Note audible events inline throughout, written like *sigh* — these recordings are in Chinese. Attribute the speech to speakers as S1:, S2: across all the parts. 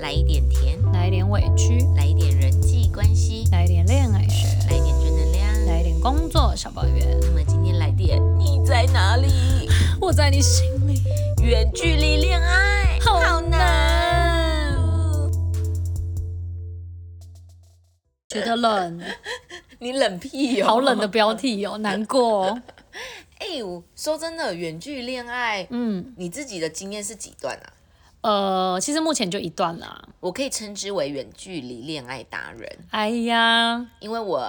S1: 来一点甜，
S2: 来一点委屈，
S1: 来一点人际关系，
S2: 来一点恋爱学，
S1: 来一点正能量。
S2: 来一点工作小抱怨。
S1: 那么今天来点，你在哪里？
S2: 我在你心里。
S1: 远距离恋爱
S2: 好
S1: 难。
S2: 觉得冷，
S1: 你冷屁哦，
S2: 好冷的。标题哦，难过、哦。
S1: 哎、我说真的，远距恋爱，
S2: 嗯，
S1: 你自己的经验是几段啊？
S2: 呃，其实目前就一段啦。
S1: 我可以称之为远距离恋爱达人，
S2: 哎呀，
S1: 因为我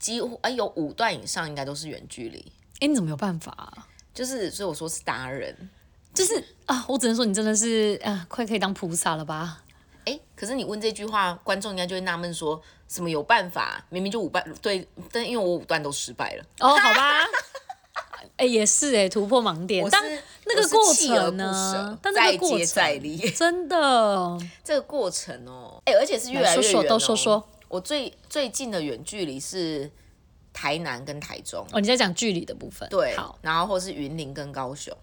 S1: 几乎哎有五段以上应该都是远距离，
S2: 哎，你怎么有办法啊、
S1: 就是所以我说是达人。
S2: 就是啊，我只能说你真的是啊，快可以当菩萨了吧？
S1: 哎，可是你问这句话，观众应该就会纳闷说，什么有办法？明明就五段对，但因为我五段都失败了，
S2: 哦，好吧。哎、也是哎、突破盲点。
S1: 我
S2: 当
S1: 是
S2: 那
S1: 我
S2: 个
S1: 是
S2: 过
S1: 锲而
S2: 程
S1: 不
S2: 呢
S1: 舍？
S2: 但那
S1: 再
S2: 个过
S1: 接
S2: 程
S1: 再
S2: *laughs*
S1: 厉
S2: 真的
S1: 这个过程哦，哎，而且是越来
S2: 来
S1: 越远、
S2: 说说
S1: 哦。
S2: 都说说，
S1: 我最最近的远距离是台南跟台中。
S2: 哦。你在讲距离的部分，
S1: 对
S2: 好，，嗯
S1: 然后或是云林跟高雄，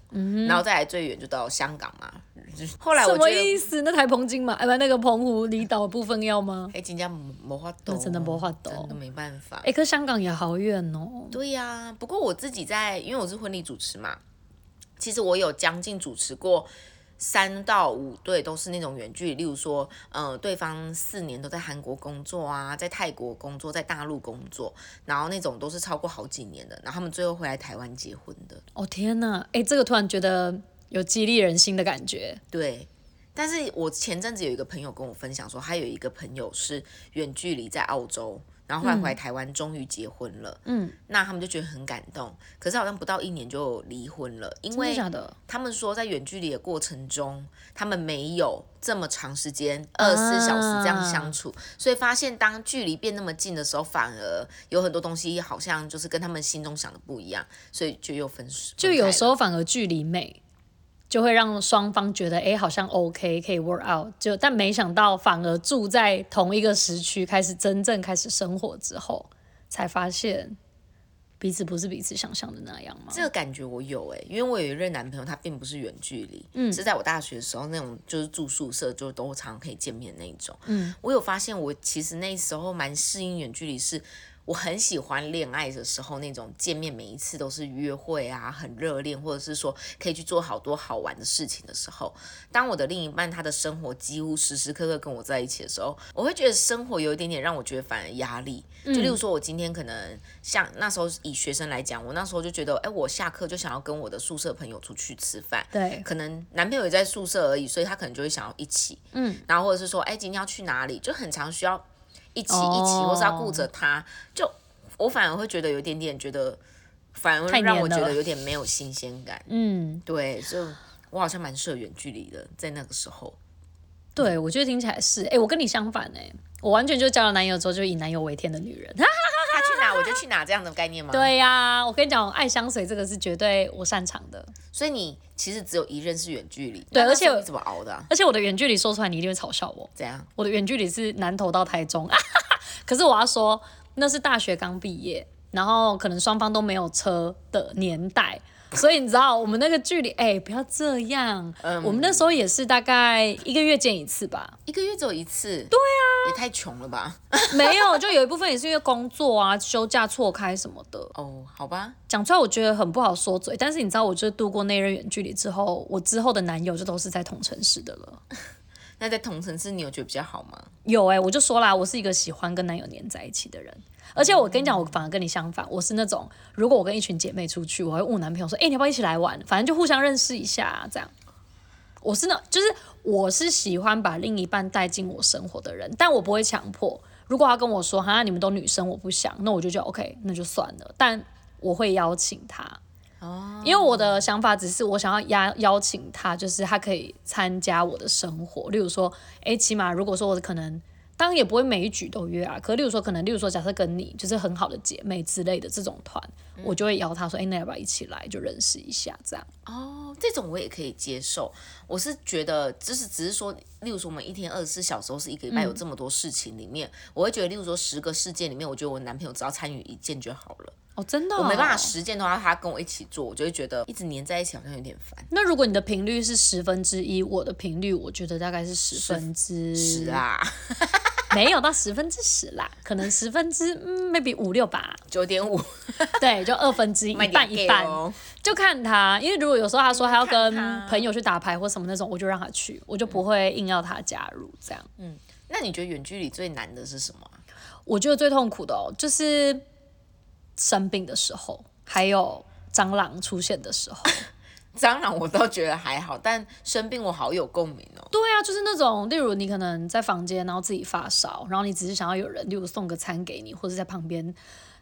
S1: 然后再来最远就到香港嘛。 *laughs* 就是后来
S2: 什
S1: 我
S2: 么
S1: 觉得，
S2: 意思？那台澎金嘛，哎不，那个澎湖离岛的部分要吗？
S1: 哎，新加坡没法懂，
S2: 那真的没法度
S1: 真的没办法。
S2: 哎、可是香港也好远哦。
S1: 对呀、不过我自己在，因为我是婚礼主持嘛，其实我有将近主持过三到五对，都是那种远距离，例如说，呃，对方四年都在韩国工作啊，在泰国工作，在大陆工作，然后那种都是超过好几年的，然后他们最后回来台湾结婚的，
S2: 哦天呐，哎、这个突然觉得有激励人心的感觉。
S1: 对。但是我前阵子有一个朋友跟我分享说，他有一个朋友是远距离在澳洲，然后后来回来台湾，终于结婚了。
S2: 嗯，
S1: 那他们就觉得很感动，可是好像不到一年就离婚了，因
S2: 真的
S1: 为
S2: 假的？
S1: 他们说，在远距离的过程中，他们没有这么长时间
S2: 啊
S1: 二十四小时这样相处，所以发现当距离变那么近的时候，反而有很多东西好像就是跟他们心中想的不一样，所以就又分手。
S2: 就有时
S1: 候
S2: 候反而距离美，就会让双方觉得哎、诶好像 OK 可以 work out，就但没想到反而住在同一个时区，开始真正开始生活之后，才发现彼此不是彼此想象的那样嘛。
S1: 这个感觉我有哎、因为我有一任男朋友，他并不是远距离，嗯，是在我大学的时候那种就是住宿舍就都常常可以见面那一种，嗯，我有发现我其实那时候蛮适应远距离是我很喜欢恋爱的时候那种见面，每一次都是约会啊，很热恋，或者是说可以去做好多好玩的事情的时候。当我的另一半他的生活几乎时时刻刻跟我在一起的时候，我会觉得生活有一点点让我觉得反而压力。
S2: 嗯
S1: 就例如说，我今天可能像那时候以学生来讲，我那时候就觉得，哎，我下课就想要跟我的宿舍朋友出去吃饭，
S2: 对，
S1: 可能男朋友也在宿舍而已，所以他可能就会想要一起，
S2: 嗯，
S1: 然后或者是说，哎，今天要去哪里，就很常需要一起、
S2: 哦
S1: 一起，或是要顾着他，就我反而会觉得有一点点觉得，反而
S2: 太
S1: 会
S2: 黏
S1: 让我觉
S2: 了
S1: 得有点没有新鲜感，
S2: 嗯，
S1: 对，所以我好像蛮适合远距离的，在那个时候，
S2: 对，我觉得听起来是哎、诶我跟你相反哎、诶我完全就交了男友之后就以男友为天的女人。
S1: 他去哪我就去哪这样的概念吗？，
S2: 对呀、我跟你讲，爱相随这个是绝对我擅长的。
S1: 所以你其实只有一任是远距离，那
S2: 对
S1: 那
S2: 而且
S1: 时候你怎么熬的啊、
S2: 而且我的远距离说出来，你一定会嘲笑我。
S1: 怎样？
S2: 我的远距离是南投到台中， *laughs* 可是我要说，那是大学刚毕业，然后可能双方都没有车的年代，所以你知道我们那个距离，哎、不要这样。我们那时候也是大概一个月见一次吧，
S1: 一个月只有一次？对啊，也太穷了吧？
S2: 没有，就有一部分也是因为工作啊、休假错开什么的。
S1: 哦，好吧，
S2: 讲出来我觉得很不好说嘴，但是你知道，我就是度过那任远距离之后，我之后的男友就都是在同城市的了。
S1: 那在同城市你有觉得比较好吗？
S2: 有哎、我就说啦，我是一个喜欢跟男友黏在一起的人，而且我跟你讲，我反而跟你相反，我是那种如果我跟一群姐妹出去，我会问我男朋友说，哎、你要不要一起来玩？反正就互相认识一下、这样。我是那，就是我是喜欢把另一半带进我生活的人，但我不会强迫。如果他跟我说，哈，你们都女生，我不想，那我就觉得 OK，那就算了。但我会邀请他，
S1: 哦，
S2: 因为我的想法只是我想要邀邀请他，就是他可以参加我的生活。例如说，诶，起码如果说我可能，当然也不会每一局都约啊。可例如说，可能例如说，假设跟你就是很好的姐妹之类的这种团，我就会邀他说，诶，那要不要一起来就认识一下这样？
S1: 哦，这种我也可以接受。我是觉得，就是只是说，例如说我们一天二十四小时，或是一个礼拜有这么多事情里面，我会觉得，例如说十个事件里面，我觉得我男朋友只要参与一件就好了。
S2: 哦，真的、哦，
S1: 我没办法实践的话，他跟我一起做，我就会觉得一直黏在一起好像有点烦。
S2: 那如果你的频率是十分之一，我的频率我觉得大概是十分之
S1: 是，啊，
S2: 没有到十分之十啦，可能十分之嗯 maybe 五六吧，
S1: 九点 *laughs* 五，
S2: 对，就二分之一，一半一半，
S1: 哦。
S2: 就看他，因为如果有时候他说他要跟
S1: 看他
S2: 朋友去打牌或什么那种，我就让他去，我就不会硬要他加入这样。
S1: 那你觉得远距离最难的是什么啊？
S2: 我觉得最痛苦的哦，就是生病的时候，还有蟑螂出现
S1: *laughs*
S2: 的时候。
S1: 蟑螂我倒觉得还好，但生病我好有共鸣哦。
S2: 对啊，就是那种，例如你可能在房间，然后自己发烧，然后你只是想要有人，例如送个餐给你，或者在旁边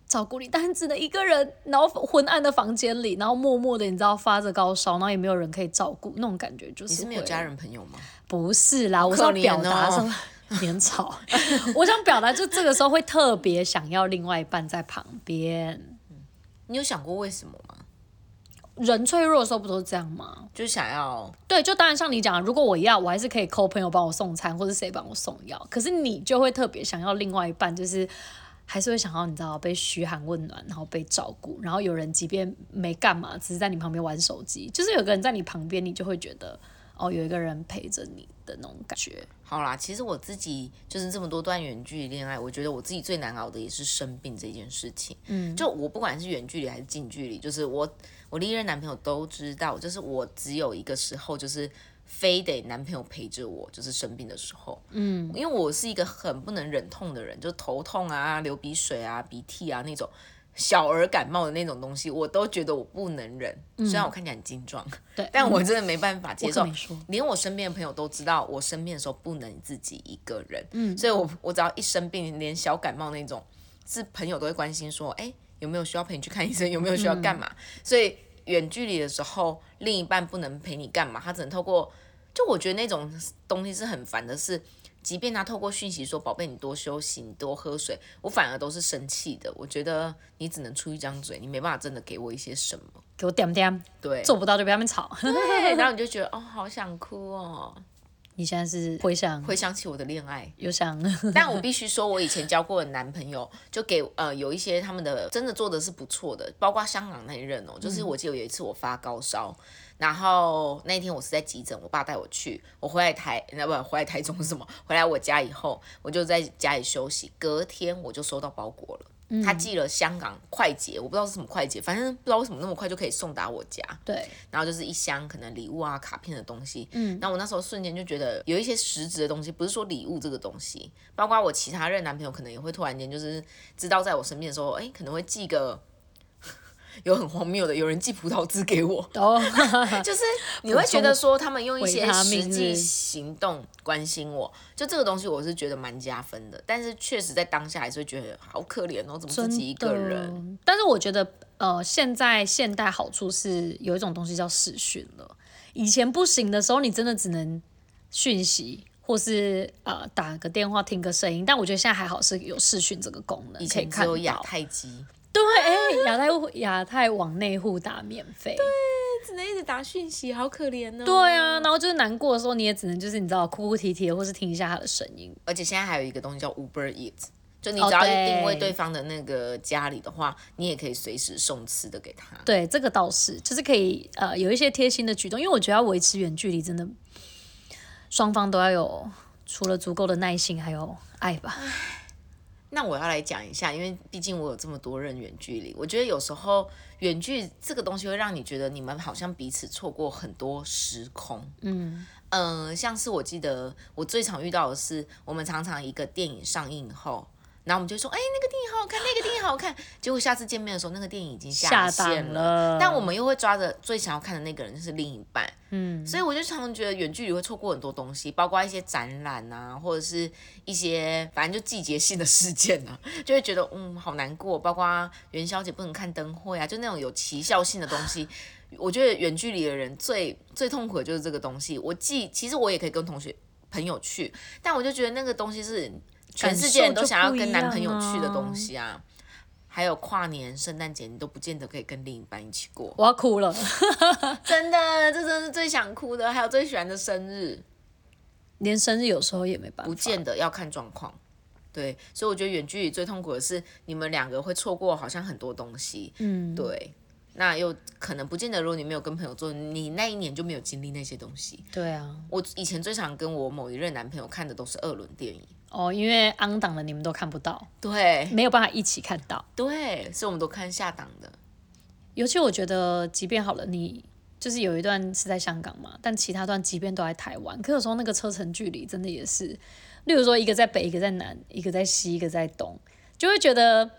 S2: 照顾你，但是只能一个人，然后昏暗的房间里，然后默默的，你知道发着高烧，然后也没有人可以照顾，那种感觉就是
S1: 你是没有
S2: 会
S1: 家人朋友吗？
S2: 不是啦，我是要
S1: 可怜
S2: 表达
S1: 哦
S2: 什么？
S1: *laughs*
S2: 年草， *laughs* 我想表达就这个时候会特别想要另外一半在旁边。
S1: 你有想过为什么吗？
S2: 人脆弱的时候不都是这样吗？
S1: 就想要
S2: 对，就当然像你讲的，如果我要，我还是可以扣朋友帮我送餐，或是谁帮我送药。可是你就会特别想要另外一半，就是还是会想要你知道被嘘寒问暖，然后被照顾，然后有人即便没干嘛，只是在你旁边玩手机，就是有个人在你旁边，你就会觉得哦，有一个人陪着你的那种感觉。
S1: 好啦，其实我自己就是这么多段远距离恋爱，我觉得我自己最难熬的也是生病这件事情。嗯，就我不管是远距离还是近距离，就是我我历任男朋友都知道，就是我只有一个时候就是非得男朋友陪着我，就是生病的时候。嗯，因为我是一个很不能忍痛的人，就头痛啊、流鼻水啊、鼻涕啊那种。小儿感冒的那种东西，我都觉得我不能忍。虽然我看起来很精壮， *laughs*
S2: 对
S1: 但我真的没办法接
S2: 我
S1: 受
S2: 可没说。
S1: 连我身边的朋友都知道，我生病的时候不能自己一个人。嗯，所以我我只要一生病，连小感冒那种，是朋友都会关心说，哎、有没有需要陪你去看医生？有没有需要干嘛？所以远距离的时候，另一半不能陪你干嘛，他只能透过，就我觉得那种东西是很烦的是。即便他透过讯息说“宝贝，你多休息，你多喝水”，我反而都是生气的。我觉得你只能出一张嘴，你没办法真的给我一些什么。
S2: 给我点点，
S1: 对，
S2: 做不到就被他们吵。 *laughs*
S1: 对， *laughs* 然后你就觉得哦，好想哭哦。
S2: 你现在是回想，
S1: 回想起我的恋爱，*laughs*
S2: 有想，
S1: 但我必须说，我以前交过的男朋友， *laughs* 就给呃有一些他们的真的做的是不错的，包括香港那一任哦，就是我记得有一次我发高烧，然后那一天我是在急诊，我爸带我去，我回来台那不回来台中是什么？ *laughs* 回来我家以后，我就在家里休息，隔天我就收到包裹了。他寄了香港快捷，我不知道是什么快捷，反正不知道为什么那么快就可以送达我家。
S2: 对，
S1: 然后就是一箱可能礼物啊、卡片的东西。嗯，那我那时候瞬间就觉得有一些实质的东西，不是说礼物这个东西，包括我其他任男朋友可能也会突然间就是知道在我身边的时候，哎，可能会寄个 *laughs* 有很荒谬的，有人寄葡萄汁给
S2: *laughs*
S1: 我，
S2: 哦，
S1: *laughs* 就是你会觉得说他们用一
S2: 维
S1: 些
S2: 他命
S1: 实际
S2: 是
S1: 行动关心我，就这个东西我是觉得蛮加分的，但是确实在当下还是会觉得好可怜哦，怎么自己一个人？
S2: 真的。但是我觉得，呃，现在现代好处是有一种东西叫视讯了。以前不行的时候，你真的只能讯息或是呃打个电话听个声音。但我觉得现在还好是有视讯这个功能，
S1: 以
S2: 可以
S1: 前只
S2: 看
S1: 有亚
S2: 到。
S1: 太机，
S2: 对，哎、亚太户亚太网内户打免费。
S1: 啊只能一直打讯息，好可怜哦。
S2: 对啊，然后就是难过的时候，你也只能就是你知道哭哭啼啼的，或是听一下他的声音。
S1: 而且现在还有一个东西叫 Uber Eat，就你
S2: 哦
S1: 只要
S2: 对
S1: 定位对方的那个家里的话，你也可以随时送吃的给他。
S2: 对，这个倒是，就是可以呃有一些贴心的举动，因为我觉得要维持远距离，真的双方都要有除了足够的耐心，还有爱吧。
S1: 那我要来讲一下，因为毕竟我有这么多任远距离，我觉得有时候远距这个东西会让你觉得你们好像彼此错过很多时空。
S2: 嗯，
S1: 嗯、像是我记得我最常遇到的是，我们常常一个电影上映后。然后我们就说，哎、那个电影好好看，那个电影好好看。 *laughs* 结果下次见面的时候，那个电影已经
S2: 下
S1: 下线
S2: 档了
S1: 但我们又会抓着最想要看的那个人就是另一半，嗯，所以我就常常觉得远距离会错过很多东西，包括一些展览啊，或者是一些反正就季节性的事件啊，就会觉得嗯好难过，包括元宵节不能看灯会啊，就那种有奇效性的东西。我觉得远距离的人最最痛苦的就是这个东西。我既其实我也可以跟同学朋友去，但我就觉得那个东西是全世界人都想要跟男朋友去的东西啊。还有跨年、圣诞节，你都不见得可以跟另一半一起过。
S2: 我要哭了。
S1: *laughs*
S2: *laughs*
S1: 真的，这真的是最想哭的，还有最喜欢的生日，
S2: 连生日有时候也没办法，
S1: 不见得要看状况。对，所以我觉得远距离最痛苦的是你们两个会错过好像很多东西，嗯，对。那又可能不见得，如果你没有跟朋友做，你那一年就没有经历那些东西。
S2: 对啊，
S1: 我以前最常跟我某一任男朋友看的都是二轮电影，
S2: 哦，因为昂档的你们都看不到，
S1: 对
S2: 没有办法一起看到。
S1: 对，所以我们都看下档的。
S2: 尤其我觉得，即便好了，你就是有一段是在香港嘛，但其他段即便都在台湾，可有时候那个车程距离真的也是，例如说一个在北，一个在南，一个在西，一个在东，就会觉得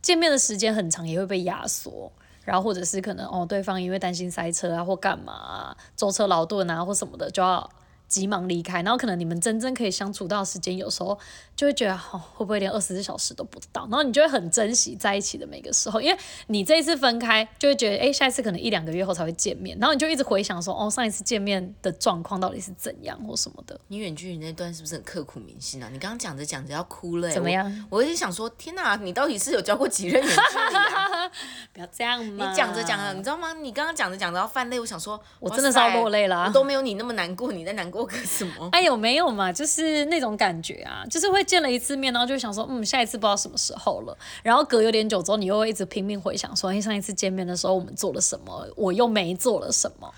S2: 见面的时间很长，也会被压缩。然后或者是可能哦，对方因为担心塞车啊，或干嘛、啊、舟车劳顿啊，或什么的，就要急忙离开。然后可能你们真正可以相处到的时间，有时候就会觉得，哦，会不会连二十四小时都不到？然后你就会很珍惜在一起的每个时候，因为你这一次分开，就会觉得，哎，下一次可能一两个月后才会见面，然后你就一直回想说，哦，上一次见面的状况到底是怎样或什么的，
S1: 你远距离那段是不是很刻骨铭心啊？你刚刚讲着讲着要哭了、欸，
S2: 怎么
S1: 我？
S2: 样？
S1: 我有点想说，天哪、你到底是有交过几任远距离
S2: *laughs*
S1: 啊？
S2: 不要这样嘛！
S1: 你讲着讲着，你知道吗？你刚刚讲着讲着要泛泪，我想说，
S2: 我真的是要
S1: 哇塞
S2: 落泪啦
S1: 我都没有你那么难过，你在难过个什么？
S2: 哎呦，没有嘛，就是那种感觉啊，就是会见了一次面，然后就会想说，嗯，下一次不知道什么时候了。然后隔有点久之后，你又会一直拼命回想说，哎，上一次见面的时候我们做了什么，我又没做了什么。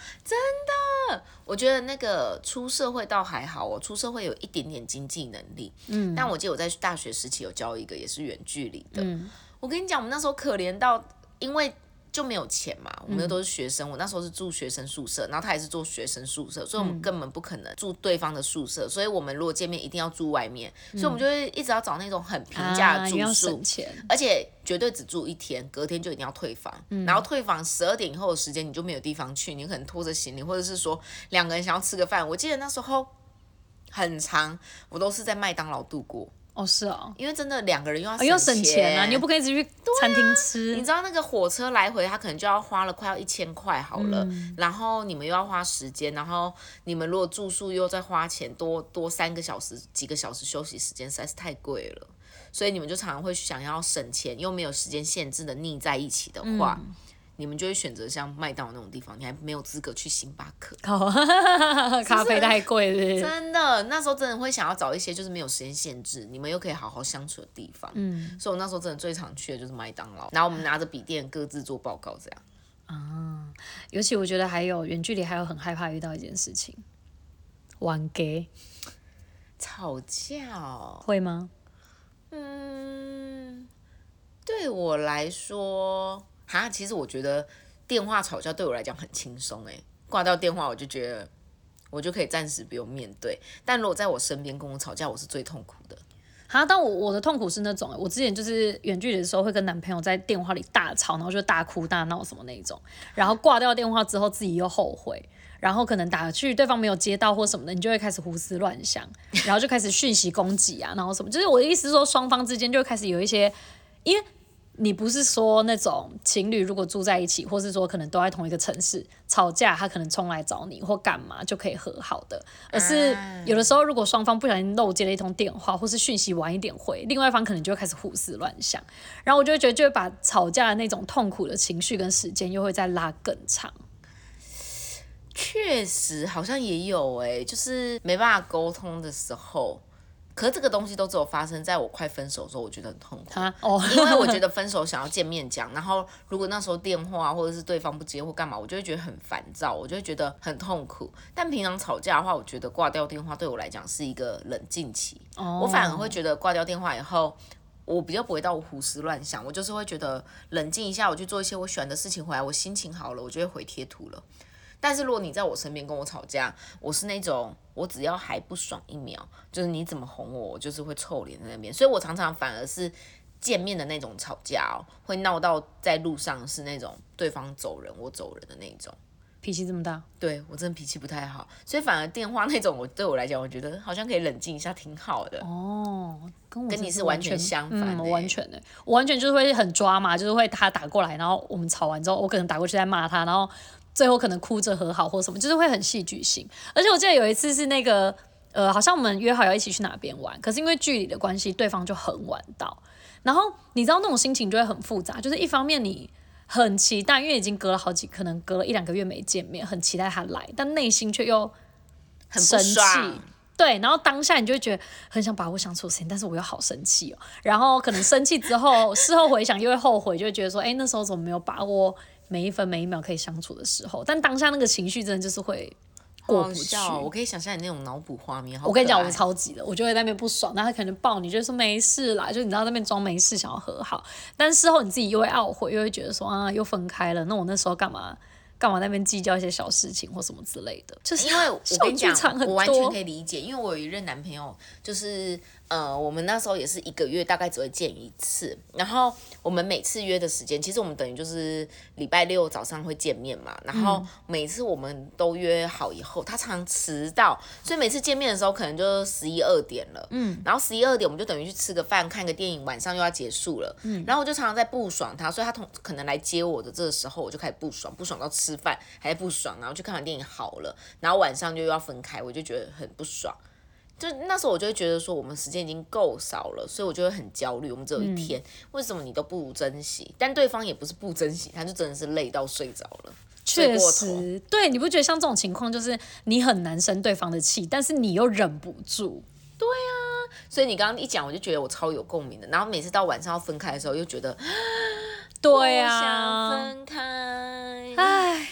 S1: 我觉得那个出社会倒还好，我出社会有一点点经济能力。嗯，但我记得我在大学时期有交一个也是远距离的。
S2: 嗯
S1: 我跟你讲，我们那时候可怜到，因为就没有钱嘛，
S2: 嗯
S1: 我们都是学生，我那时候是住学生宿舍，然后他也是住学生宿舍，所以我们
S2: 嗯
S1: 根本不可能住对方的宿舍，所以我们如果见面一定要住外面，所以我们就会一直要找那种很平价
S2: *laughs* 嗯啊
S1: 的
S2: 因为要
S1: 住宿。
S2: 省钱，
S1: 而且绝对只住一天，隔天就一定要退房。
S2: 嗯
S1: 然后退房十二点以后的时间，你就没有地方去，你可能拖着行李，或者是说两个人想要吃个饭。我记得那时候很长，我都是在麦当劳度过，
S2: 哦，是哦，
S1: 因为真的两个人又要
S2: 啊，要省钱啊，你又不可以一直去餐厅吃。
S1: 你
S2: *laughs*
S1: 知道那个火车来回，他可能就要花了快要一千块好了，然后你们又要花时间，然后你们如果住宿又再花钱，多多三个小时、几个小时休息时间实在是太贵了，所以你们就常常会想要省钱又没有时间限制的腻在一起的话，你们就会选择像麦当劳那种地方，你还没有资格去星巴克。
S2: 靠咖啡太贵了，
S1: 真的，那时候真的会想要找一些就是没有时间限制，你们又可以好好相处的地方。嗯，所以我那时候真的最常去的就是麦当劳，然后我们拿着笔电各自做报告这样。
S2: 尤其我觉得还有远距离，还有很害怕遇到一件事情，玩 gay
S1: 吵架、哦，
S2: 会吗？
S1: 嗯，对我来说，哈，其实我觉得电话吵架对我来讲很轻松诶，挂掉电话我就觉得我就可以暂时不用面对。但如果在我身边跟我吵架，我是最痛苦的。
S2: 哈，但我我的痛苦是那种，我之前就是远距离的时候会跟男朋友在电话里大吵，然后就大哭大闹什么那一种，然后挂掉电话之后自己又后悔，然后可能打去对方没有接到或什么的，你就会开始胡思乱想，然后就开始讯息攻击啊，然后什么，就是我的意思是说双方之间就会开始有一些，因为。你不是说那种情侣如果住在一起，或是说可能都在同一个城市吵架，他可能冲来找你或干嘛就可以和好的，而是有的时候如果双方不小心漏接了一通电话或是讯息晚一点回，另外一方可能就会开始胡思乱想，然后我就会觉得就会把吵架的那种痛苦的情绪跟时间又会再拉更长。
S1: 确实好像也有诶、就是没办法沟通的时候。可这个东西都只有发生在我快分手的时候，我觉得很痛苦。
S2: 啊， *laughs* 哦，
S1: 因为我 *laughs* 觉得分手想要见面讲，然后如果那时候电话或者是对方不接或干嘛，我就会觉得很烦躁，我就会觉得很痛苦。但平常吵架的话，我觉得挂掉电话对我来讲是一个冷静期，我反而会觉得挂掉电话以后。我比较不会到胡思乱想，我就是会觉得冷静一下，我去做一些我喜欢的事情回来，我心情好了，我就会回贴图了。但是如果你在我身边跟我吵架，我是那种我只要还不爽一秒，就是你怎么哄我，我就是会臭脸在那边，所以我常常反而是见面的那种吵架哦，会闹到在路上是那种对方走人我走人的那一种。
S2: 脾气这么大，
S1: 对我真的脾气不太好，所以反而电话那种，我对我来讲，我觉得好像可以冷静一下，挺好的。
S2: 哦，跟我
S1: 跟
S2: 真
S1: 你
S2: 的
S1: 是完全相反
S2: 嗯，
S1: 的
S2: 我
S1: 欸
S2: 完全的、我完全就是会很抓嘛，就是会他打过来，然后我们吵完之后，我可能打过去再骂他，然后最后可能哭着和好或什么，就是会很戏剧性。而且我记得有一次是那个呃，好像我们约好要一起去哪边玩，可是因为距离的关系，对方就很晚到，然后你知道那种心情就会很复杂，就是一方面你。很期待，因为已经隔了好几，可能隔了一两个月没见面，很期待他来，但内心却又
S1: 很不
S2: 生气
S1: 爽，
S2: 对，然后当下你就会觉得很想把握相处的时间，但是我又好生气哦。然后可能生气之后，事后回想又会后悔，就会觉得说，哎，那时候怎么没有把握每一分每一秒可以相处的时候？但当下那个情绪真的就是会过
S1: 好
S2: 不去。
S1: 笑哦，我可以想象你那种脑补画面。好
S2: 我跟你讲，
S1: 可爱
S2: 我超级的，我就会在那边不爽，然后他可能抱你，就说没事啦，就你知道那边装没事，想要和好，但事后你自己又会懊悔，又会觉得说啊，又分开了，那我那时候干嘛干嘛那边计较一些小事情或什么之类的，就是
S1: 因为我
S2: 小
S1: 跟你
S2: 剧场
S1: 讲，
S2: 很
S1: 我 *laughs* 完全
S2: 多
S1: 可，以理解，因为我有一任男朋友，就是呃，我们那时候也是一个月大概只会见一次，然后我们每次约的时间，其实我们等于就是礼拜六早上会见面嘛，然后每次我们都约好以后，他常迟到，所以每次见面的时候可能就十一二点了，嗯，然后十一二点我们就等于去吃个饭、看个电影，晚上又要结束了，嗯，然后我就常常在不爽他，所以他同可能来接我的这个时候，我就开始不爽，不爽到吃饭还在不爽，然后去看完电影好了，然后晚上就又要分开，我就觉得很不爽。就那时候我就会觉得说，我们时间已经够少了，所以我就会很焦虑。我们只有一天，为什么你都不珍惜？但对方也不是不珍惜，他就真的是累到睡着了，睡
S2: 确
S1: 过头。
S2: 实，对，你不觉得像这种情况，就是你很难生对方的气，但是你又忍不住，
S1: 所以你刚刚一讲，我就觉得我超有共鸣的。然后每次到晚上要分开的时候，又觉得
S2: 对
S1: 不想
S2: 啊，
S1: 分开。
S2: 唉，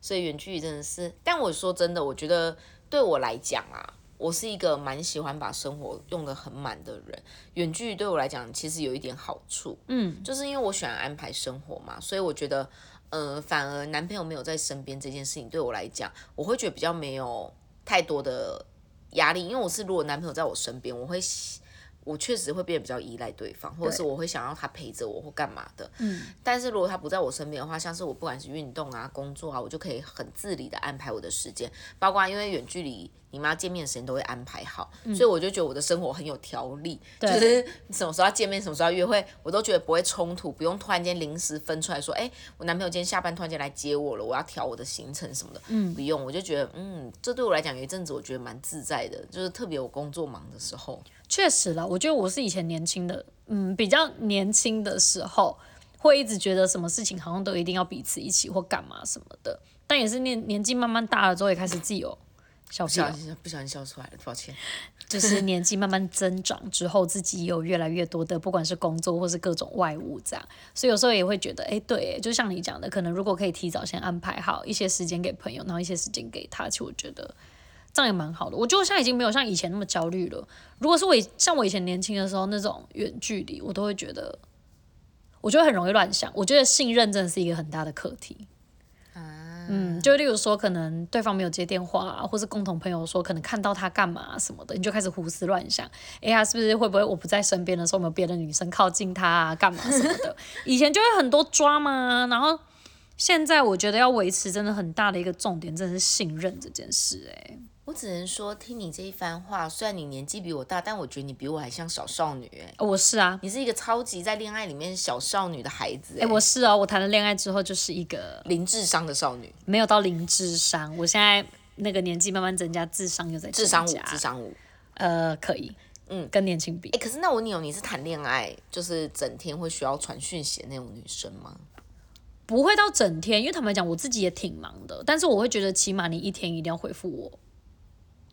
S1: 所以远距离真的是，但我说真的，我觉得对我来讲啊，我是一个蛮喜欢把生活用得很满的人。远距离对我来讲，其实有一点好处，
S2: 嗯，
S1: 就是因为我喜欢安排生活嘛，所以我觉得，呃，反而男朋友没有在身边这件事情对我来讲，我会觉得比较没有太多的压力，因为我是如果男朋友在我身边，我会喜。我确实会变得比较依赖对方，或者是我会想要他陪着我或干嘛的。嗯，但是如果他不在我身边的话，像是我不管是运动啊、工作啊，我就可以很自理的安排我的时间，包括因为远距离，你们要见面的时间都会安排好，所以我就觉得我的生活很有条理，就
S2: 对
S1: 是什么时候要见面，什么时候要约会，我都觉得不会冲突，不用突然间临时分出来说，哎、我男朋友今天下班突然间来接我了，我要调我的行程什么的，嗯，不用，我就觉得，嗯，这对我来讲有一阵子我觉得蛮自在的，就是特别我工作忙的时候，
S2: 确实啦，我觉得我是以前年轻的，嗯，比较年轻的时候，会一直觉得什么事情好像都一定要彼此一起或干嘛什么的。但也是年年纪慢慢大了之后，也开始自己有小
S1: 不
S2: 朋
S1: 小
S2: 友，
S1: 心不小心笑出来了，抱歉。
S2: 就是年纪慢慢增长之后，自己有越来越多的，不管是工作或是各种外务这样，所以有时候也会觉得，哎、对耶，就像你讲的，可能如果可以提早先安排好一些时间给朋友，然后一些时间给他，其实我觉得这样也蛮好的。我觉得我现在已经没有像以前那么焦虑了。如果是我以像我以前年轻的时候那种远距离，我都会觉得，我就会很容易乱想。我觉得信任真的是一个很大的课题。嗯，就例如说，可能对方没有接电话、啊，或是共同朋友说可能看到他干嘛、什么的，你就开始胡思乱想，哎、他是不是会不会我不在身边的时候，有没有别的女生靠近他啊，干嘛什么的？
S1: *laughs*
S2: 以前就会很多抓嘛，然后现在我觉得要维持真的很大的一个重点，真的是信任这件事、哎诶
S1: 我只能说，听你这一番话，虽然你年纪比我大，但我觉得你比我还像小少女哎、
S2: 哎，我是啊，
S1: 你是一个超级在恋爱里面小少女的孩子
S2: 哎、
S1: 哎、
S2: 我是哦、我谈了恋爱之后就是一个
S1: 零智商的少女，
S2: 没有到零智商，我现在那个年纪慢慢增加，智商又在
S1: 智商五
S2: 增加，
S1: 智商五。
S2: 呃，可以，嗯，跟年轻比
S1: 哎、。可是那我问你哦，你是谈恋爱就是整天会需要传讯息的那种女生吗？
S2: 不会到整天，因为坦白讲，我自己也挺忙的，但是我会觉得起码你一天一定要回复我，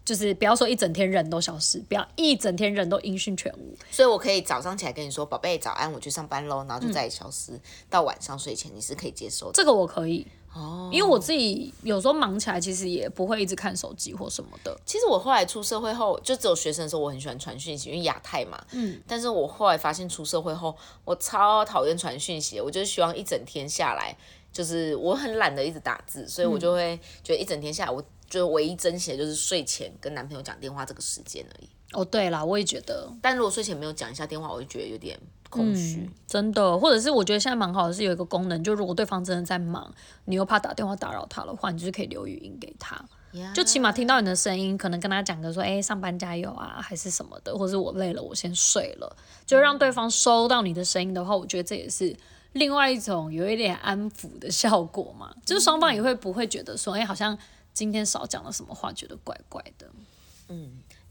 S2: 就是不要说一整天人都消失，不要一整天人都音讯全无。
S1: 所以我可以早上起来跟你说，宝贝，早安，我去上班喽，然后就
S2: 嗯
S1: 再也消失、到晚上睡前，你是可以接受的。
S2: 这个我可以，
S1: 哦，
S2: 因为我自己有时候忙起来，其实也不会一直看手机或什么的。
S1: 其实我后来出社会后，就只有学生的时候，我很喜欢传讯息，因为亚太嘛。嗯。但是我后来发现出社会后，我超讨厌传讯息，我就是希望一整天下来，就是我很懒得一直打字，所以我就
S2: 嗯
S1: 会觉得一整天下来，我就唯一珍惜的就是睡前跟男朋友讲电话这个时间而已。
S2: 哦，对啦，我也觉得，
S1: 但如果睡前没有讲一下电话，我就觉得有点空虚。
S2: 真的，或者是我觉得现在蛮好的是有一个功能，就如果对方真的在忙，你又怕打电话打扰他的话，你就是可以留语音给他。
S1: 呀
S2: 就起码听到你的声音，可能跟他讲个说，哎、上班加油啊，还是什么的，或是我累了，我先睡了，就让对方收到你的声音的话，我觉得这也是另外一种有一点安抚的效果嘛，就是双方也会不会觉得说，哎、好像今天少讲了什么话，觉得怪怪的。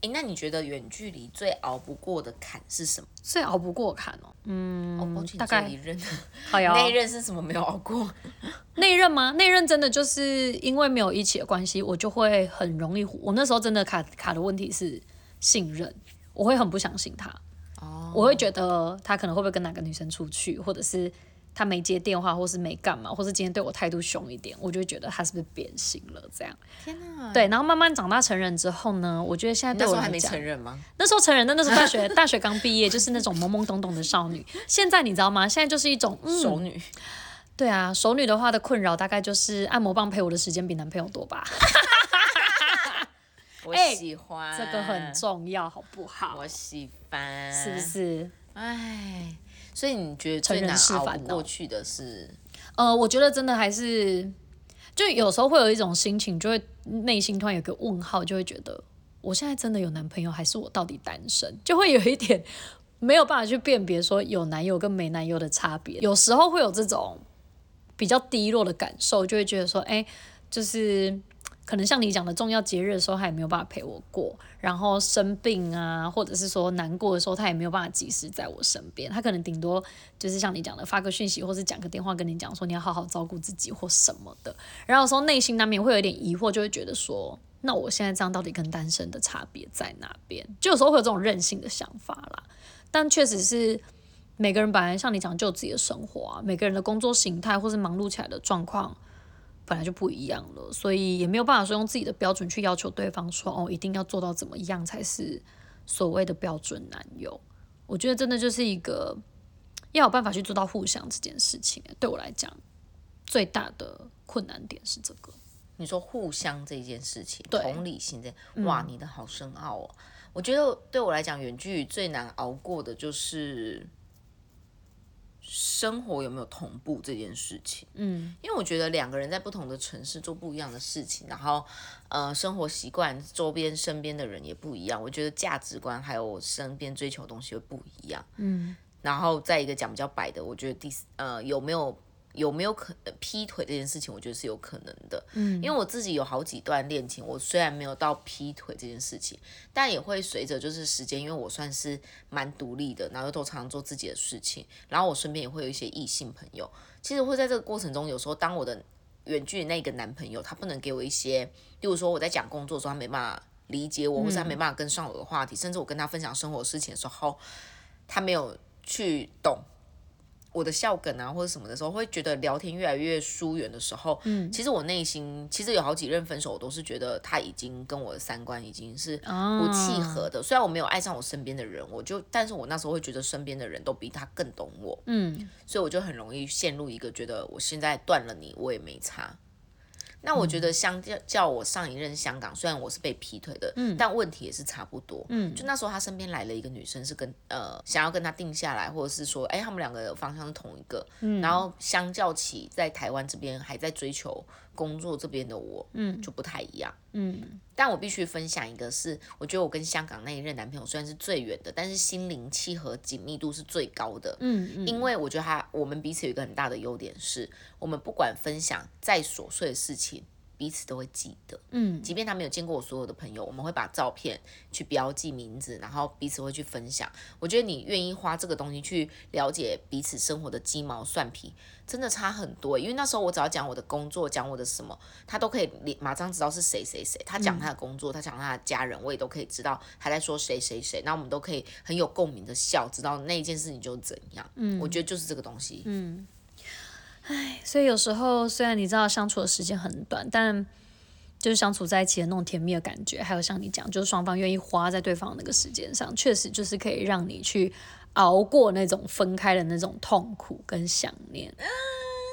S1: 诶，那你觉得远距离最熬不过的坎是什么？
S2: 最熬不过坎哦，
S1: 哦，抱歉，
S2: 大
S1: *laughs*
S2: 概
S1: 只有一任，
S2: 好呀，
S1: 那一任是什么没有熬过？
S2: 内任吗？内任真的就是因为没有一起的关系，我就会很容易。我那时候真的卡卡的问题是信任，我会很不相信他，
S1: 哦，
S2: 我会觉得他可能会不会跟哪个女生出去，或者是他没接电话，或是没干嘛，或是今天对我态度凶一点，我就会觉得他是不是变心了这样。
S1: 天哪，
S2: 对，然后慢慢长大成人之后呢，我觉得现在
S1: 嗯那
S2: 对
S1: 时
S2: 我
S1: 候还
S2: 来
S1: 没
S2: 讲嗯
S1: 承，认吗？
S2: 那时候成人的那时候大学 *laughs* 大学刚毕业，就是那种懵懵懂懂的少女。现在你知道吗？现在就是一种嗯，
S1: 熟女，
S2: 对啊，熟女的话的困扰大概就是按摩棒陪我的时间比男朋友多吧，
S1: 我
S2: 哎
S1: 喜欢
S2: 这
S1: 嗯
S2: 个很，重要，好不好
S1: 我？喜欢，
S2: 是不？是？
S1: 哎，所以你觉得
S2: 成
S1: 最
S2: 人
S1: 难
S2: 式
S1: 熬
S2: 烦
S1: 不
S2: 恼
S1: 过去的是
S2: 呃，我觉得真的还是，就有时候会有一种心情，就会内心突然有个问号，就会觉得我现在真的有男朋友，还是我到底单身？就会有一点 *laughs* 没有办法去辨别说有男友跟没男友的差别。有时候会有这种比较低落的感受，就会觉得说，哎、就是。可能像你讲的，重要节日的时候他也没有办法陪我过，然后生病啊，或者是说难过的时候，他也没有办法及时在我身边。他可能顶多就是像你讲的，发个讯息或是讲个电话跟你讲说你要好好照顾自己或什么的。然后有时候内心难免会有一点疑惑，就会觉得说，那我现在这样到底跟单身的差别在哪边？就有时候会有这种任性的想法啦。但确实是每个人本来像你讲，就有自己的生活啊，每个人的工作形态或是忙碌起来的状况。本来就不一样了，所以也没有办法说用自己的标准去要求对方说哦，一定要做到怎么样才是所谓的标准男友。我觉得真的就是一个要有办法去做到互相这件事情，对我来讲最大的困难点是这个。
S1: 你说互相这件事情，
S2: 对嗯
S1: 同理心这，哇，你的好深奥哦。我觉得对我来讲，远距离最难熬过的就是生活有没有同步这件事情。
S2: 嗯，
S1: 因为我觉得两个人在不同的城市做不一样的事情，然后呃，生活习惯、周边身边的人也不一样，我觉得价值观还有我身边追求的东西会不一样。嗯，然后再一个讲比较白的，我觉得第四呃有没有有没有可呃劈腿这件事情，我觉得是有可能的。嗯，因为我自己有好几段恋情，我虽然没有到劈腿这件事情，但也会随着就是时间，因为我算是蛮独立的，然后又都常常做自己的事情，然后我身边也会有一些异性朋友，其实会在这个过程中，有时候当我的远距离那个男朋友他不能给我一些，例如说我在讲工作的时候，他没办法理解我，或是他没办法跟上我的话题，甚至我跟他分享生活事情的时候，他没有去懂。我的笑梗啊，或者什么的时候，会觉得聊天越来越疏远的时候，嗯，其实我内心其实有好几任分手，我都是觉得他已经跟我的三观已经是不契合的。虽然我没有爱上我身边的人，我就，但是我那时候会觉得身边的人都比他更懂我，
S2: 嗯，
S1: 所以我就很容易陷入一个觉得我现在断了你，我也没差。那我觉得相较较我上一任香港，虽然我是被劈腿的，但问题也是差不多。就那时候他身边来了一个女生，是跟呃想要跟他定下来，或者是说，哎、他们两个方向是同一个。然后相较起在台湾这边还在追求工作这边的我，就不太一样。
S2: 嗯
S1: 但我必须分享一个是，我觉得我跟香港那一任男朋友虽然是最远的，但是心灵契合紧密度是最高的。嗯嗯，因为我觉得他我们彼此有一个很大的优点是，我们不管分享再琐碎的事情，彼此都会记得。嗯，即便他没有见过我所有的朋友，我们会把照片去标记名字，然后彼此会去分享。我觉得你愿意花这个东西去了解彼此生活的鸡毛蒜皮，真的差很多欸。因为那时候我只要讲我的工作，讲我的什么，他都可以连马上知道是谁谁谁。他讲他的工作，他讲他的家人，我也都可以知道他在说谁谁谁。那我们都可以很有共鸣的笑，知道那一件事情就怎样。嗯，我觉得就是这个东西。嗯，
S2: 所以有时候虽然你知道相处的时间很短，但就是相处在一起的那种甜蜜的感觉，还有像你讲，就是双方愿意花在对方那个时间上，确实就是可以让你去熬过那种分开的那种痛苦跟想念，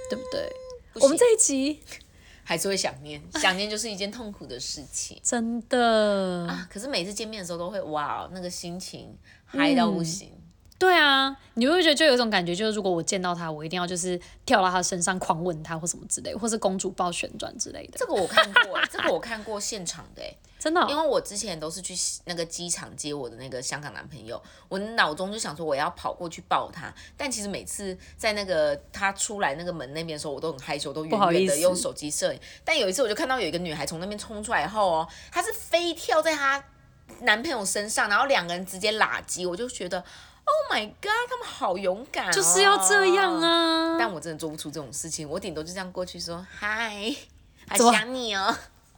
S2: 对不对？我们这一集
S1: 还是会想念，想念就是一件痛苦的事情。
S2: 真的
S1: 啊可是每次见面的时候都会哇，那个心情嗨到不行。
S2: 对啊，你会不会觉得就有一种感觉，就是如果我见到他，我一定要就是跳到他身上狂吻他或什么之类，或是公主抱旋转之类的
S1: 这，个我看过
S2: *laughs*
S1: 欸、这个我看过现场的、欸，
S2: 真的哦、
S1: 因为我之前都是去那个机场接我的那个香港男朋友，我脑中就想说我要跑过去抱他，但其实每次在那个他出来那个门那边的时候，我都很害羞，都远
S2: 不好
S1: 远
S2: 意
S1: 的
S2: 思
S1: 用手机摄影。但有一次我就看到有一个女孩从那边冲出来后哦，她是飞跳在她男朋友身上，然后两个人直接拉鸡，我就觉得。哦 Oh my god，他们好勇敢、哦，
S2: 就是要这样。啊。
S1: 但我真的做不出这种事情，我顶多就这样过去说
S2: *laughs*
S1: 嗨，好
S2: 怎么
S1: 想你哦。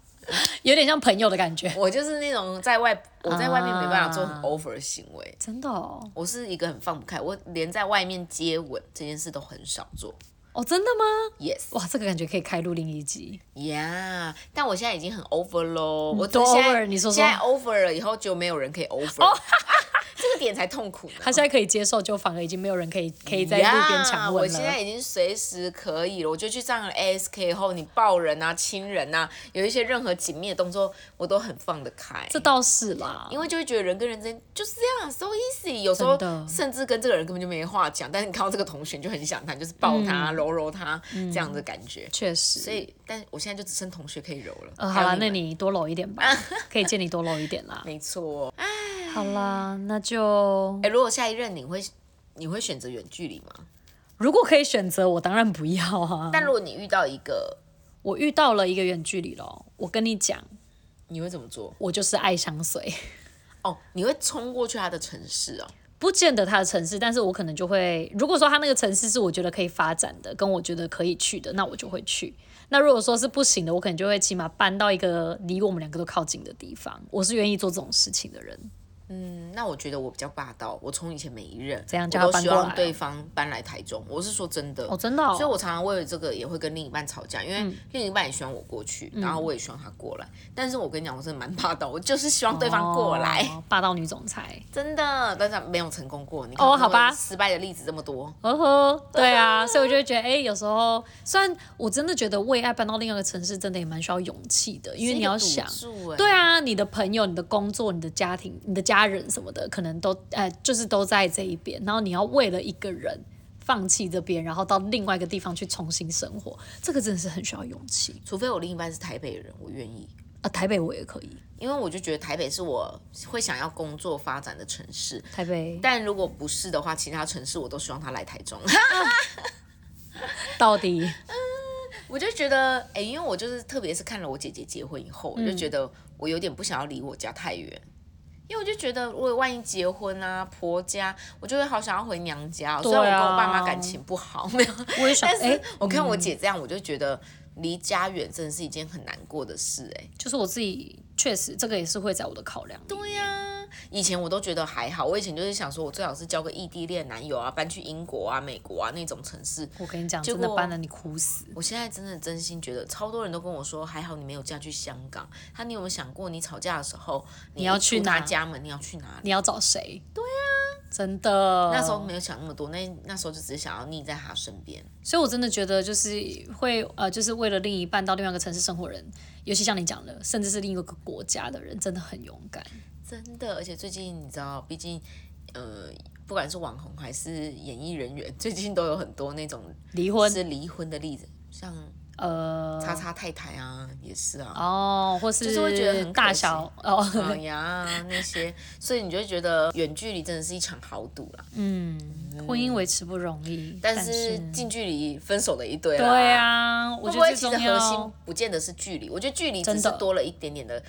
S1: *laughs*
S2: 有点像朋友的感觉，
S1: 我就是那种在外我在外面没办法做很
S2: 啊
S1: over 的行为，
S2: 真的哦，
S1: 我是一个很放不开，我连在外面接吻这件事都很少做。
S2: 哦，真的吗？
S1: Yes。
S2: 哇，这个感觉可以开录另一集。
S1: 呀但我现在已经很 over 咯，我
S2: 多
S1: 现在
S2: over，你说说哦
S1: 现在 over 了以后就没有人可以 over，、这 *laughs* 个点才痛苦呢。
S2: *laughs* 他现在可以接受，就反而已经没有人可以可以在路边强
S1: 我
S2: 吻了。
S1: 现在已经随时可以了，我就去上了 ASK 后，你抱人啊、亲人啊，有一些任何紧密的动作，我都很放得开。
S2: 这倒是啦，
S1: 因为就会觉得人跟人之间就是这样，so easy。有时候
S2: 真的
S1: 甚至跟这个人根本就没话讲，但是你看到这个同学你就很想他，就是抱他、
S2: 嗯
S1: 揉揉他这样的感觉。
S2: 确实。
S1: 所以，但我现在就只剩同学可以揉了。
S2: 呃，
S1: 还
S2: 好
S1: 有
S2: 啦，
S1: 你
S2: 那
S1: 们
S2: 你多揉一点吧，
S1: *laughs*
S2: 可以借你多揉一点啦。
S1: 没错。
S2: 好啦，那就
S1: 哎、如果下一任你会你会选择远距离吗？
S2: 嗯如果可以选择，我当然不要啊。
S1: 但如果你遇到一个，
S2: 我遇到了一个远距离咯，我跟你讲，
S1: 你会怎么做？
S2: 我就是爱相随， *laughs*
S1: 哦，你会冲过去他的城市哦。
S2: 不见得他的城市，但是我可能就会，如果说他那个城市是我觉得可以发展的，跟我觉得可以去的，那我就会去。那如果说是不行的，我可能就会起码搬到一个离我们两个都靠近的地方。我是愿意做这种事情的人。
S1: 嗯那我觉得我比较霸道，我从以前每一任
S2: 怎样叫
S1: 我都
S2: 他搬
S1: 希
S2: 过
S1: 望
S2: 来
S1: 对
S2: 啊
S1: 方搬来台中。我是说真的，
S2: 哦，嗯真的、哦，
S1: 所以我常常为了这个也会跟另一半吵架，因为另一半也希望我过去，
S2: 嗯
S1: 然后我也希望他过来。但是我跟你讲，我真的蛮霸道，我就是希望对方过来，
S2: 哦霸道女总裁。
S1: 真的，但是没有成功过。你看
S2: 哦
S1: 我
S2: 好吧
S1: 失败的例子这么多，
S2: 呵哦呵，对啊，所以我就会觉得，哎、有时候虽然我真的觉得为爱搬到另外一个城市，真的也蛮需要勇气的，因为你要想，
S1: 是一个赌注欸
S2: 对啊，你的朋友、你的工作、你的家庭、你的家人什么的，可能都呃，就是都在这一边，然后你要为了一个人放弃这边，然后到另外一个地方去重新生活，这个真的是很需要勇气
S1: 除非我另一半是台北人，我愿意。
S2: 啊、台北我也可以，
S1: 因为我就觉得台北是我会想要工作发展的城市，
S2: 台北
S1: 但如果不是的话，其他城市我都希望他来台中。
S2: 到
S1: *laughs*
S2: 底
S1: 我就觉得，哎、因为我就是特别是看了我姐姐结婚以后，
S2: 嗯
S1: 我就觉得我有点不想要离我家太远。因为我就觉得，如果万一结婚啊，婆家，我就会好想要回娘家哦。虽然我
S2: 对
S1: 跟
S2: 啊
S1: 我爸妈感情不好，没有，
S2: 我也想，
S1: 但
S2: 哎、
S1: 是我看我姐这样，我就觉得离家远真的是一件很难过的事、哎，
S2: 就是我自己确实这个也是会在我的考量里
S1: 对啊呀、以前我都觉得还好，我以前就是想说，我最好是交个异地恋男友啊，搬去英国啊、美国啊那种城市。
S2: 我跟你讲，
S1: 结
S2: 真的
S1: 果
S2: 搬了你哭死。
S1: 我现在真的真心觉得，超多人都跟我说，还好你没有嫁去香港。他，你有没有想过，你吵架的时候，你
S2: 要
S1: 一
S2: 去
S1: 出他
S2: 哪
S1: 家门，你要去哪里？
S2: 你要找谁？对啊，真的。
S1: 那时候没有想那么多，那那时候就只是想要腻在他身边。
S2: 所以我真的觉得就是会呃，就是为了另一半到另外一个城市生活的人，尤其像你讲的，甚至是另一个国家的人，真的很勇敢。
S1: 真的，而且最近你知道，毕竟，呃，不管是网红还是演艺人员， *laughs* 最近都有很多那种
S2: 离婚，
S1: 是离婚的例子，像
S2: 呃，
S1: 叉叉太太啊，也是啊。
S2: 哦，或是
S1: 就是会觉得很可惜
S2: 大小哦，
S1: 烤鸭那些，所以你就会觉得远距离真的是一场豪赌啦。
S2: 嗯婚姻维持不容易，
S1: 嗯但
S2: 但
S1: 是近距离分手的一堆啦。
S2: 对，啊，我
S1: 会
S2: 觉
S1: 不
S2: 得
S1: 会
S2: 最
S1: 其
S2: 重
S1: 实核心
S2: 要
S1: 不见得是距离？我觉得距离只
S2: 真
S1: 是
S2: 的
S1: 多了一点点的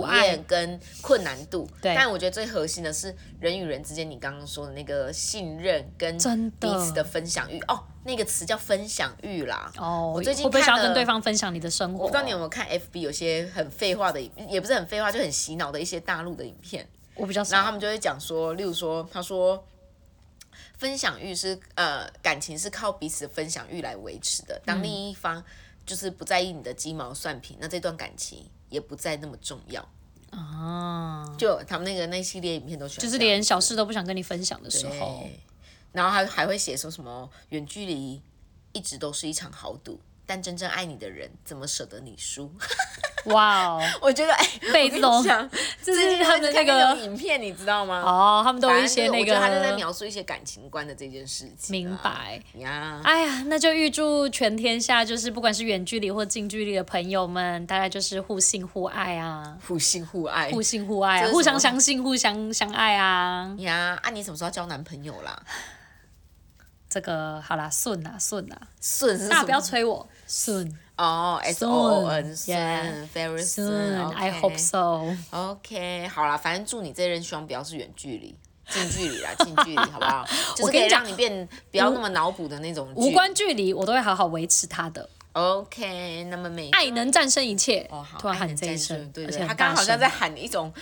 S1: 考
S2: 碍
S1: 验跟困难度。
S2: 对
S1: 但我觉得最核心的是人与人之间，你刚刚说的那个信任跟
S2: 真的
S1: 彼此的分享欲。哦，那个词叫分享欲啦。
S2: 哦，
S1: 我最近
S2: 会不会
S1: 看
S2: 想要
S1: 了
S2: 跟对方分享你的生活？
S1: 我不知道你有没有看 FB 有些很废话的，也不是很废话，就很洗脑的一些大陆的影片。
S2: 我比较少，
S1: 然后他们就会讲说，例如说，他说。分享欲是呃，感情是靠彼此的分享欲来维持的。
S2: 嗯
S1: 当另一方就是不在意你的鸡毛蒜皮，那这段感情也不再那么重要。
S2: 啊，
S1: 就他们那个那系列影片都喜欢
S2: 就是
S1: 这样
S2: 连小事都不想跟你分享的时
S1: 对
S2: 候，
S1: 然后还还会写说什么远距离一直都是一场豪赌，但真正爱你的人怎么舍得你输？ *laughs*
S2: 哇哦，
S1: 我觉得哎，
S2: 被
S1: 我跟
S2: 这
S1: 你
S2: 种
S1: 讲，
S2: 这
S1: 最近
S2: 是他们的
S1: 都在
S2: 那
S1: 看那
S2: 个
S1: 种影片，你知道吗？
S2: 哦，他们都有一些
S1: 反正就是
S2: 那个
S1: 我觉得他就在描述一些感情观的这件事情、啊
S2: 明。白。
S1: 呀，
S2: 哎呀，那就预祝全天下就是不管是远距离或近距离的朋友们，大家就是互信互爱啊，
S1: 互信互爱
S2: 互信互
S1: 嗯
S2: 爱、
S1: 这
S2: 啊，
S1: 是
S2: 互
S1: 什么
S2: 相相信，互相相爱啊。
S1: 呀！啊，你什么时候要交男朋友啦？
S2: 这个好啦，顺啊顺啊，
S1: 顺是什
S2: 大家
S1: 么？
S2: 不要催我，顺
S1: 哦，S O O N，
S2: 顺
S1: 顺，very
S2: 顺
S1: soon，OK
S2: ，I hope so。
S1: OK，好啦，反正祝你这任希望不要是远距离。近距离啦，近距离好不
S2: *laughs*
S1: 好？就是
S2: 我
S1: 可
S2: 跟
S1: 以
S2: 你讲
S1: 让你变不要那么脑补的那种距
S2: 无
S1: 离。
S2: 关距离，我都会好好维持他的。
S1: OK，那么每
S2: 爱能战胜一切。
S1: 哦好，
S2: 突然
S1: 爱
S2: 喊
S1: 能
S2: 这一
S1: 战胜
S2: 声，
S1: 对
S2: 而
S1: 对
S2: 且，
S1: 他
S2: 很
S1: 刚刚
S2: 大
S1: 好像
S2: 声
S1: 在喊一种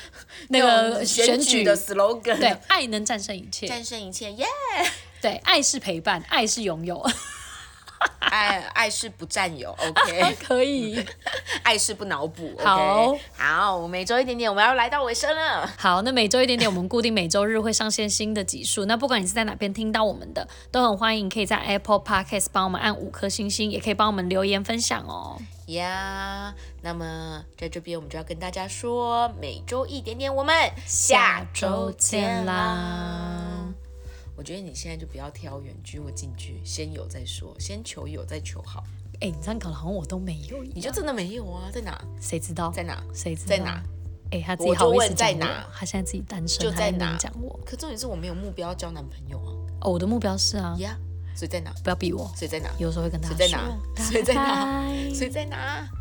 S2: 那
S1: 那
S2: 个
S1: 种
S2: 选
S1: 选
S2: 举
S1: 举的 slogan，
S2: 对，爱能战胜一切。
S1: 战胜一切耶！
S2: 对，爱是陪伴，爱是拥
S1: *laughs*
S2: 有。
S1: 爱 *laughs* 爱是不占有，OK，*laughs*
S2: *laughs* 可以。
S1: 爱是不脑补，OK。
S2: 好
S1: 好，我每周一点点，我们要来到尾声了。
S2: 好，那每周一点点，我们固定每周日会上线新的集数。那不管你是在哪边听到我们的，都很欢迎可以在 Apple Podcast 帮我们按五颗星星，也可以帮我们留言分享哦。
S1: 呀那么在这边我们就要跟大家说，每周一点点，我们
S2: 下周见啦！
S1: 我觉得你现在就不要挑远距或近距，先有再说，先求有再求好。
S2: 哎、你这样搞得好像我都没有一
S1: 你就
S2: 样，
S1: 真的没有啊？在哪？
S2: 谁知道
S1: 在？哪？
S2: 谁知道？
S1: 在哪？？
S2: 哎、他自己
S1: 我
S2: 好
S1: 就
S2: 意
S1: 问
S2: 思
S1: 在
S2: 讲
S1: 哪
S2: 我，他现在自己单身，
S1: 就
S2: 还
S1: 在
S2: 那边
S1: 哪
S2: 讲我。
S1: 可重点是我没有目标交男朋友啊。
S2: 哦，我的目标是啊，
S1: 呀、所以在哪？
S2: 不要逼我。
S1: 所以在哪？
S2: 有时候会跟他
S1: 所
S2: 说
S1: 以在哪，？所以在
S2: 拜
S1: 哪？
S2: 拜
S1: 所以在哪？